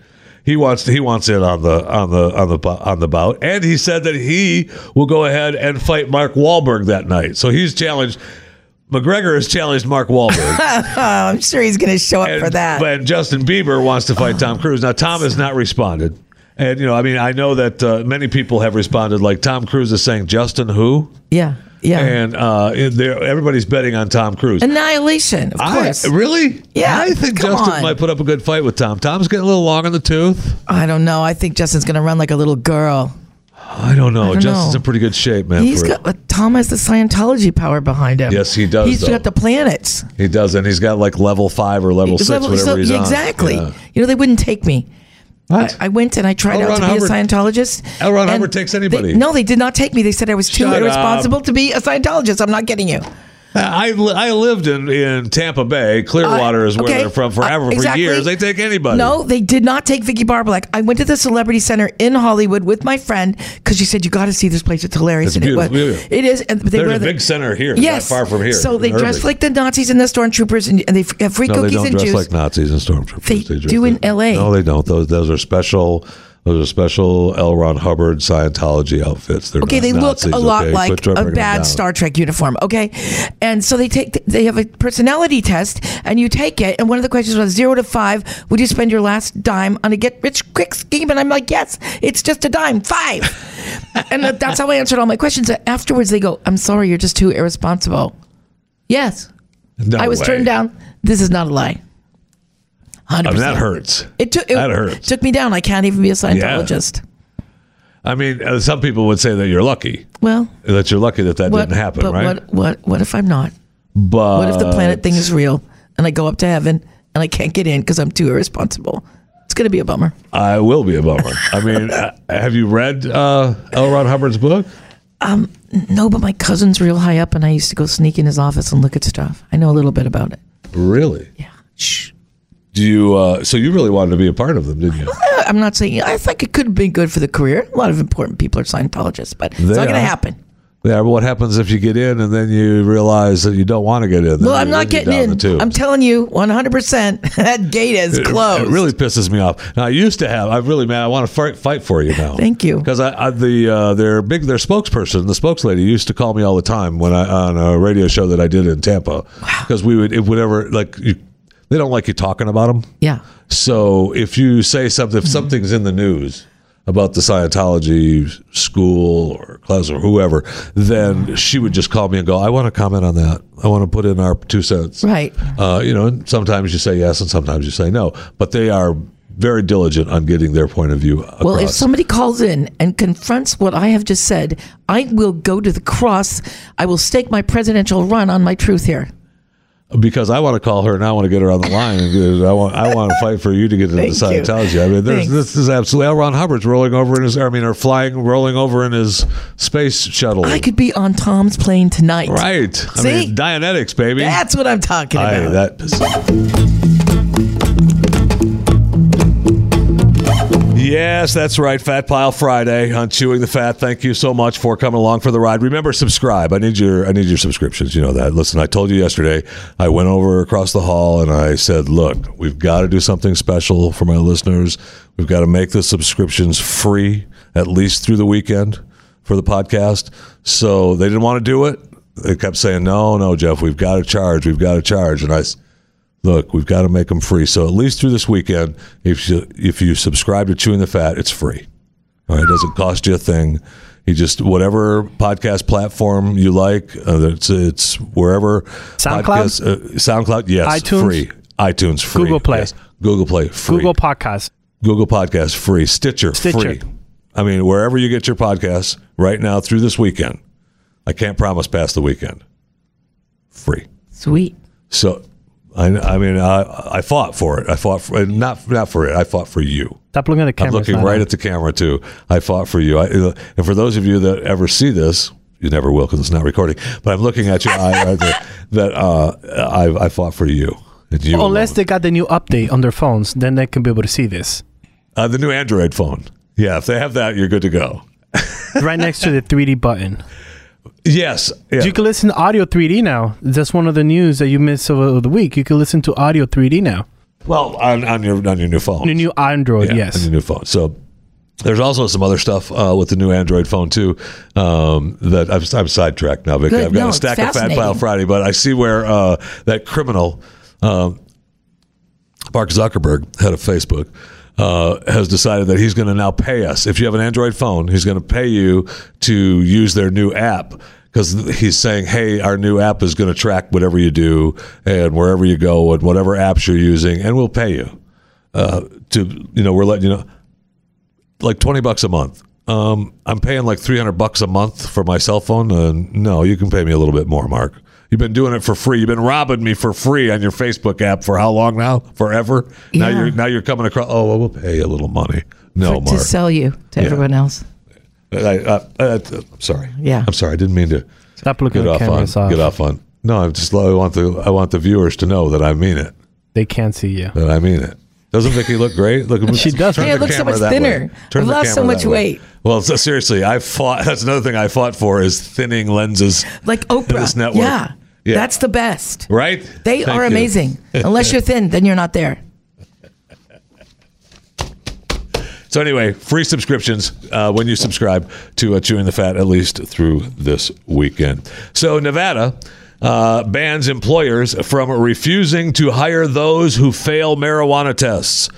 He wants he wants in on the on the on the bo- on the bout, and he said that he will go ahead and fight Mark Wahlberg that night. So he's challenged. McGregor has challenged Mark Wahlberg. I'm sure he's going to show up And- for that. But Justin Bieber wants to fight Tom Cruise. Now Tom has not responded, and you know, I mean, I know that uh, many people have responded. Like Tom Cruise is saying, "Justin, who?" yeah, yeah. And uh, it- there- everybody's betting on Tom Cruise. Annihilation, of I, course. really? Yeah, I think come Justin on. might put up a good fight with Tom. Tom's getting a little long in the tooth. I don't know. I think Justin's going to run like a little girl. I don't know. don't Justin's know. in pretty good shape, man. He's for- got but Tom has the Scientology power behind him. Yes, he does, He's though. got the planets. he does, and he's got like level five or level six, Level- whatever so- he's on. exactly. Yeah. You know, they wouldn't take me. What? I went and I tried L. out Ron to be Hubbard- a Scientologist. L. Ron and Hubbard takes they- anybody. no, they did not take me. They said I was too Shut up. irresponsible to be a Scientologist. I'm not getting you. I, li- I lived in, in Tampa Bay. Clearwater I- is where okay. they're from I- forever. exactly. For years, they take anybody. No, they did not take Vicky Barbalek. I went to the Celebrity Center in Hollywood with my friend because she said you got to see this place. It's It's hilarious. and it was. beautiful, beautiful. It is. And they There's wear a the- big center here, Yes, not far from here. So they in dress Irving. like the Nazis and the stormtroopers, and, and they f- have free No, they cookies don't and dress juice. like Nazis and stormtroopers. They dress do in like- LA. No, they don't. Those those are special. Those are special L. Ron Hubbard Scientology outfits. They're Okay, not they Nazis, look a lot okay? Quit like trying to a bring them down. bad Star Trek uniform. Okay, and so they take they have a personality test, and you take it. And one of the questions was zero to five. Would you spend your last dime on a get rich quick scheme? And I'm like, yes, it's just a dime, five. and that- that's how I answered all my questions. Afterwards, they go, I'm sorry, you're just too irresponsible. Yes, No I was way. turned down. This is not a lie. Hundred I mean, percent. that hurts. It took it That hurts. took me down. I can't even be a Scientologist. I mean, uh, some people would say that you're lucky. Well, That you're lucky that that what, didn't happen, but right? what what what if I'm not? but What if the planet thing is real and I go up to heaven and I can't get in because I'm too irresponsible? It's going to be a bummer. I will be a bummer. I mean, uh, have you read uh, L. Ron Hubbard's book? No, but my cousin's real high up and I used to go sneak in his office and look at stuff. I know a little bit about it. Really? Yeah. Shh. Do you? Uh, so you really wanted to be a part of them, didn't you? Uh, I'm not saying I think it could be good for the career. A lot of important people are Scientologists, but They it's not going are. to happen. Yeah, but what happens if you get in and then you realize that you don't want to get in? Then Well, I'm you- then not getting you're down in. the tubes. I'm telling you, 100% that gate is closed. It really pisses me off. Now I used to have. I'm really mad. I want to fight, fight for you now. Thank you. Because I, I the uh, their big their spokesperson, the spokeslady, used to call me all the time when I on a radio show that I did in Tampa. Because we would if whatever like you, they don't like you talking about them. Yeah. So if you say something, Mm-hmm. if something's in the news about the Scientology school or class or whoever, then she would just call me and go, "I want to comment on that. I want to put in our two cents." Right. Uh, you know, and sometimes you say yes, and sometimes you say no. But they are very diligent on getting their point of view across. Well, if somebody calls in and confronts what I have just said, I will go to the cross. I will stake my presidential run on my truth here. because I want to call her and I want to get her on the line. And I want I want to fight for you to get into Thank you. Scientology. I mean, there's, Thanks. this is absolutely L. Ron Hubbard's rolling over in his. I mean, or flying, rolling over in his space shuttle. I could be on Tom's plane tonight. right. I See? mean, Dianetics, baby. That's what I'm talking Aye, about. that Yes, that's right. Fat Pile Friday on Chewing the Fat. Thank you so much for coming along for the ride. Remember, subscribe. I need your I need your subscriptions. You know that. Listen, I told you yesterday. I went over across the hall and I said, "Look, we've got to do something special for my listeners. We've got to make the subscriptions free at least through the weekend for the podcast." So they didn't want to do it. They kept saying, "No, no, Jeff, we've got to charge. We've got to charge." And I. s- look, we've got to make them free. So at least through this weekend, if you if you subscribe to Chewing the Fat, it's free. All right, it doesn't cost you a thing. You just whatever podcast platform you like, uh, it's it's wherever SoundCloud? podcast- uh, SoundCloud, yes, iTunes? free, iTunes, free, Google Play. yes. Google Play, free, Google Podcasts. Google Podcasts, free, Stitcher, Stitcher. free. I mean, wherever you get your podcasts right now through this weekend, I can't promise past the weekend, free. Sweet. So, I, I mean, I, I fought for it. I fought for not not for it. I fought for you. Stop looking at the camera. I'm looking right at the camera too. I fought for you. I, and for those of you that ever see this, you never will because it's not recording. But I'm looking at you. I, I, that uh, I, I fought for you. And you Unless alone. they got the new update on their phones, then they can be able to see this. uh, the new Android phone. Yeah, if they have that, you're good to go. Right next to the 3D button. Yes. Yeah. You can listen to audio 3D now. That's one of the news that you missed over the week. You can listen to audio 3D now. well, on, on your on your new phone. The new Android, Yeah, yes. and the new phone. So there's also some other stuff uh, with the new Android phone too. Um, that I'm, I'm sidetracked now, Vic. Good. I've got No, a it's stack of Fat fascinating. Pile Friday, but I see where uh, that criminal um Mark Zuckerberg, head of Facebook. Uh, has decided that he's going to now pay us. If you have an Android phone, he's going to pay you to use their new app because he's saying, "Hey, our new app is going to track whatever you do and wherever you go and whatever apps you're using, and we'll pay you." uh, to you know we're letting you know like 20 bucks a month um, i'm paying like 300 bucks a month for my cell phone uh, no you can pay me a little bit more mark you've been doing it for free you've been robbing me for free on your facebook app for how long now forever now Yeah. you're now you're coming across oh well, we'll pay you a little money no to Oh, mark sell you to everyone else. I, I- I- uh, sorry Yeah. i'm sorry i didn't mean to Stop looking get at off on cameras off. get off on no i just i want the i want the viewers to know that i mean it They can't see you. that i mean it doesn't Vicky look great? Look, She does. turn the Yeah, it looks so camera much that way. thinner. Turn I've the lost so camera much that way. weight. Well, so seriously, I fought. That's another thing I fought for is thinning lenses. Like in Oprah. this network. Yeah. Yeah. That's the best. Right? They Thank are you. amazing. Unless you're thin, then you're not there. So anyway, free subscriptions uh, when you subscribe to uh, Chewing the Fat at least through this weekend. So Nevada uh, bans employers from refusing to hire those who fail marijuana tests.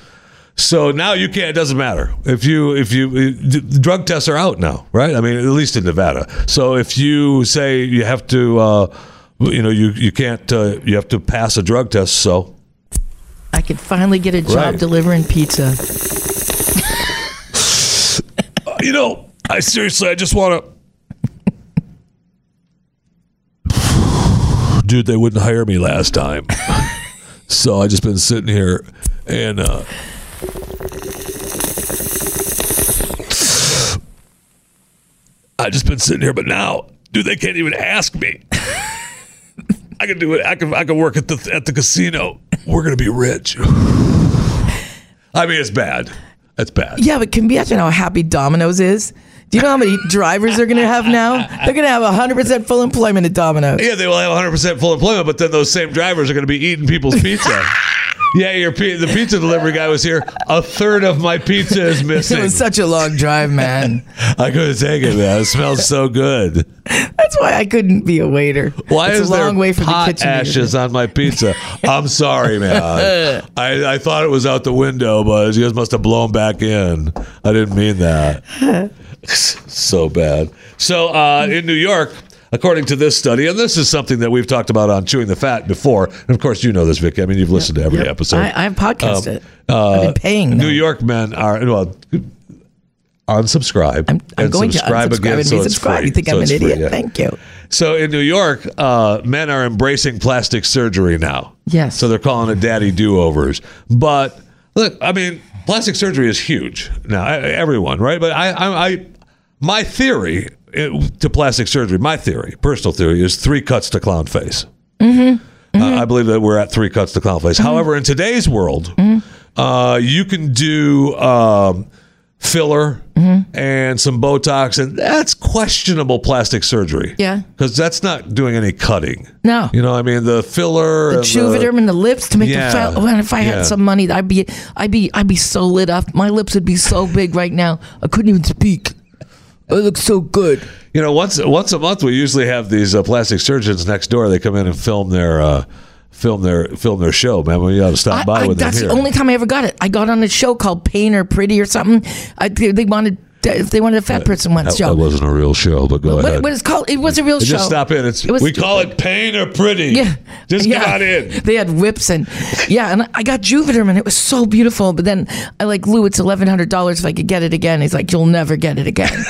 So now you can't. It doesn't matter if you if you uh, the drug tests are out now, right? I mean, at least in Nevada. So if you say you have to, uh, you know, you you can't uh, you have to pass a drug test. So I could finally get a job Right. delivering pizza. you know, I seriously, I just want to. Dude, they wouldn't hire me last time, so I just been sitting here and. uh I just been sitting here, but now, dude, they can't even ask me. I can do it. I can. I can work at the at the casino. We're gonna be rich. I mean, it's bad. That's bad. Yeah, but can you imagine how happy Domino's is? Do you know how many drivers they're going to have now? They're going to have 100% full employment at Domino's. Yeah, they will have 100% full employment, but then those same drivers are going to be eating people's pizza. yeah, your pi- the pizza delivery guy was here. A third of my pizza is It missing. was such a long drive, man. I couldn't take it, man. It smells so good. That's why I couldn't be a waiter. Why it's is a long there way from pot the kitchen. to your- ashes on my pizza? I'm sorry, man. I, I thought it was out the window, but you guys must have blown back in. I didn't mean that. so bad. So uh, in New York, according to this study, and this is something that we've talked about on Chewing the Fat before. And of course, you know this, Vicky. I mean, you've listened to every episode. I, I've podcasted it. Uh, I've been paying. New them. York men are well. Unsubscribe. I'm, I'm and going to subscribe unsubscribe again, and so it's resubscribe. free. You think So I'm an it's free, idiot? yeah. Thank you. So in New York, uh, men are embracing plastic surgery now. Yes. So they're calling it daddy do overs. But look, I mean, plastic surgery is huge now. I- Everyone, right? But I, I, I my theory eh, to plastic surgery, my theory, personal theory, is three cuts to clown face. Mm-hmm. Uh, I believe that we're at three cuts to clown face. However, in today's world, Mm-hmm. uh, you can do um, filler Mm-hmm. and some Botox, and that's questionable plastic surgery. Yeah. because that's not doing any cutting. No. you know, I mean the filler, The and Juvederm and the lips to make Yeah, the fat. Well, if I yeah. had some money, I'd be, I'd be, I'd be so lit up. My lips would be so big right now. I couldn't even speak. I look so good. you know, once once a month we usually have these uh, plastic surgeons next door. They come in and film their. Uh, Film their film their show, man. We ought to stop I, by I, with that's them the here. only time I ever got it. I got on a show called Pain or Pretty or something. I, they they wanted, they wanted a fat person one that, show. that wasn't Uh, a real show, but go ahead. what, what is called? It was a real show. Just stop in. It's It was we call it pain or pretty. Yeah. just yeah. get on in. They had whips and yeah, and I got Juvederm and it was so beautiful. But then I like Lou, it's eleven hundred dollars if I could get it again. He's like, you'll never get it again.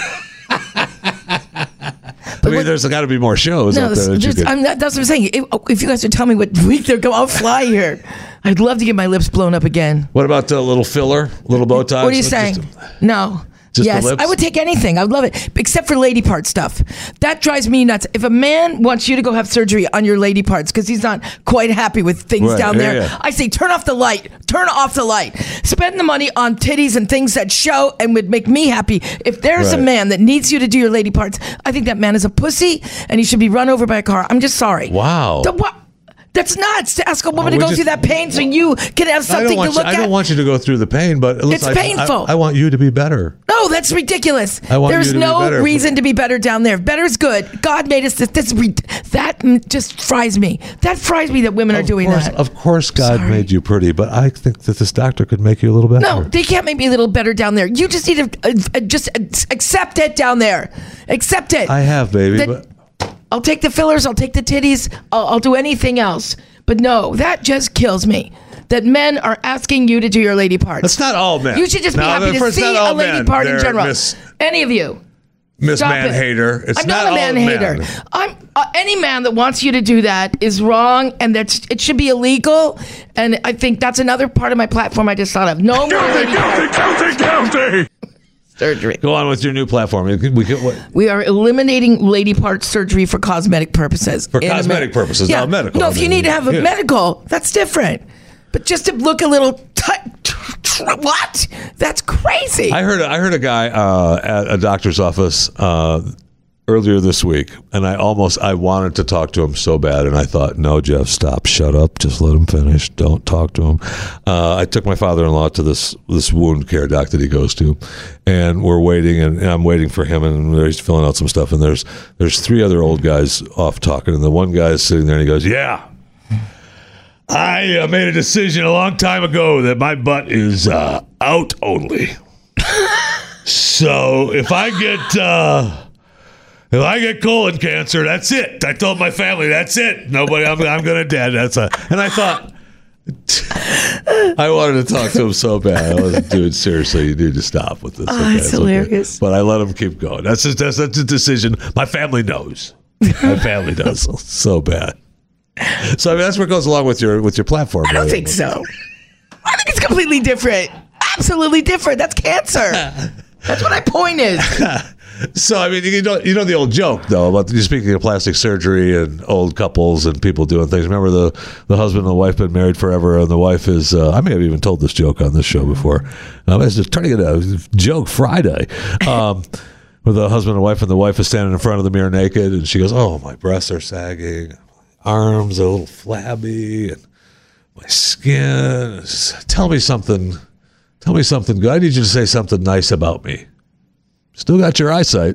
I mean, there's got to be more shows No, out this- there. That you this- could, I'm not, that's what I'm saying. If, if you guys would tell me what week they're going, I'll fly here. I'd love to get my lips blown up again. what about a little filler, little Botox? What are you Just- saying? no. Just the yes, lips? I would take anything. I would love it, except for lady part stuff. That drives me nuts. If a man wants you to go have surgery on your lady parts because he's not quite happy with things Right, down yeah, there, yeah. I say turn off the light. Turn off the light. Spend the money on titties and things that show and would make me happy. If there's Right. a man that needs you to do your lady parts, I think that man is a pussy and he should be run over by a car. I'm just sorry. Wow. The what? That's nuts to ask a woman we to go just- through that pain so you can have I don't, something to want look you, at. I don't want you to go through the pain, but listen, It's I- I- painful. I, want you to be better. No, that's ridiculous. I want There's you to be no better. reason to be better down there. Better's good. God made us this. this re- that mm, just fries me. That fries me that women are of doing course, that. Of course, God Sorry. made you pretty, but I think that this doctor could make you a little better. no, they can't make me a little better down there. You just need to uh, uh, just uh, accept it down there. Accept it. I have, baby. That- but I'll take the fillers. I'll take the titties. I'll, I'll do anything else. But no, that just kills me. That men are asking you to do your lady parts. That's not all men. You should just No, be happy it's to not see all a lady men. part in They're general. Miss, Any of you. Miss Stop Man it. Hater. It's I'm not, a man hater. Men. I'm uh, any man that wants you to do that is wrong, and that's it should be illegal. And I think that's another part of my platform I just thought of. No more lady part surgery. Go on with your new platform. We can, we can, what, We are eliminating lady part surgery for cosmetic purposes. For In a cosmetic purposes, not medical. No, I if mean, you need to have a yeah. medical, that's different. But just to look a little, t- t- t- what? That's crazy. I heard I heard a guy uh, at a doctor's office uh, earlier this week, and I almost I wanted to talk to him so bad, and I thought, no, Jeff, stop, shut up, just let him finish, don't talk to him. Uh, I took my father-in-law to this this wound care doc that he goes to, and we're waiting, and, and I'm waiting for him, and he's filling out some stuff, and there's there's three other old guys off talking, and the one guy is sitting there, and he goes, yeah. I uh, made a decision a long time ago that my butt is uh, out only. So if I get uh, if I get colon cancer, that's it. I told my family that's it. Nobody, I'm, I'm gonna dead. That's a. And I thought I wanted to talk to him so bad. I was, dude, seriously, you need to stop with this. okay, it's okay." Oh, hilarious. But I let him keep going. That's just, that's that's a decision. My family knows. My family does so bad. So I mean, that's what goes along with your with your platform. I don't think so. I think it's completely different. Absolutely different. That's cancer. That's what my point is. So I mean, you know, you know the old joke though about you speaking of plastic surgery and old couples and people doing things. Remember the the husband and the wife been married forever, and the wife is uh, I may have even told this joke on this show before. Um, I was just turning it a joke Friday. Um, With the husband and wife, and the wife is standing in front of the mirror naked, and she goes, "Oh, my breasts are sagging, my arms are a little flabby, and my skin. is- Tell me something. Tell me something good. I need you to say something nice about me." Still got your eyesight.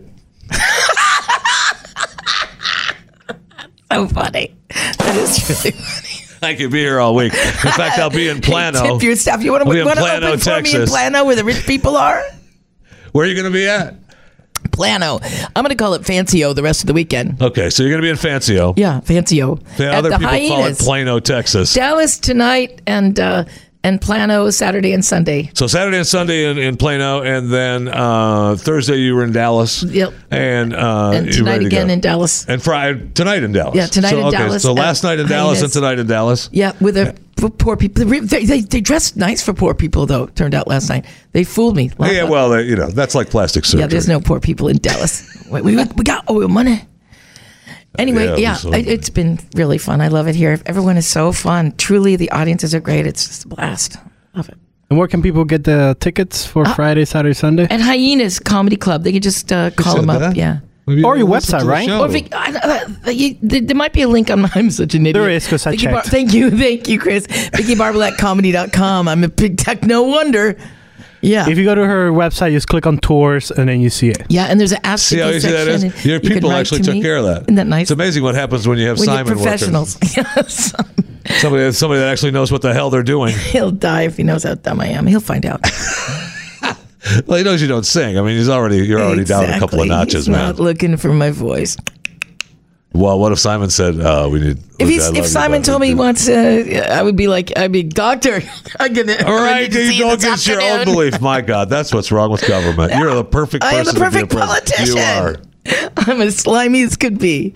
So funny. That is really funny. I could be here all week. In fact, I'll be in Plano. Tip your stuff. You want to I'll be in open Plano, for me in Texas. Plano where the rich people are? Where are you going to be at? Plano. I'm going to call it Fancio the rest of the weekend. Okay, so you're going to be in Fancio. Yeah, Fancio. Yeah, At other the people call it Hyenas. Plano, Texas. Dallas tonight and uh, and Plano Saturday and Sunday. So Saturday and Sunday in, in Plano, and then uh, Thursday you were in Dallas. Yep. And, uh, And you're tonight ready to again go. in Dallas. and Friday tonight in Dallas. Yeah, tonight so, in okay, Dallas So at last night in Dallas and Hyenas. tonight in Dallas. Yeah, with a for poor people. They, they, they, they dressed nice for poor people though. it Turned out last night they fooled me. Yeah, well, they, you know that's like plastic surgery. yeah. There's no poor people in Dallas. we, we, we got oil money. Anyway, Yeah, yeah, so- I- it's been really fun. I love it here. Everyone is so fun. Truly, the audiences are great. It's just a blast. Love it. And where can people get the tickets for Friday, Saturday, Sunday? And Hyenas Comedy Club. They can just uh, call said them up. that? Oh. Yeah. Maybe Or you your listen website, to the right? show. Or if it- I- I- you- there there might be a link on I'm such an idiot. There is, 'cause I Vicky Bar- checked. thank you. Thank you, Chris. VickyBarbalacComedy.com. I'm a big tech, no wonder. Yeah. If you go to her website, you just click on tours and then you see it. yeah, and there's an ask See how Vicky easy that section, is. and Your you can people write actually to took me. care of that. Isn't that nice? It's amazing what happens when you have When you're Simon working. professionals. yes. Somebody, that's somebody that actually knows what the hell they're doing. He'll die if he knows how dumb I am. He'll find out. well, he knows you don't sing. I mean, he's already you're already down a couple Exactly. of notches, He's man. Not looking for my voice. well, what if Simon said uh, we need? If, I he's, love if you, Simon but- told me he wants, uh, I would be like, I'd be doctor. I'm gonna. All right, do you go against your own belief. My God, that's what's wrong with government. You're the perfect I person. am to be the a perfect president. politician. You are. I'm as slimy as could be.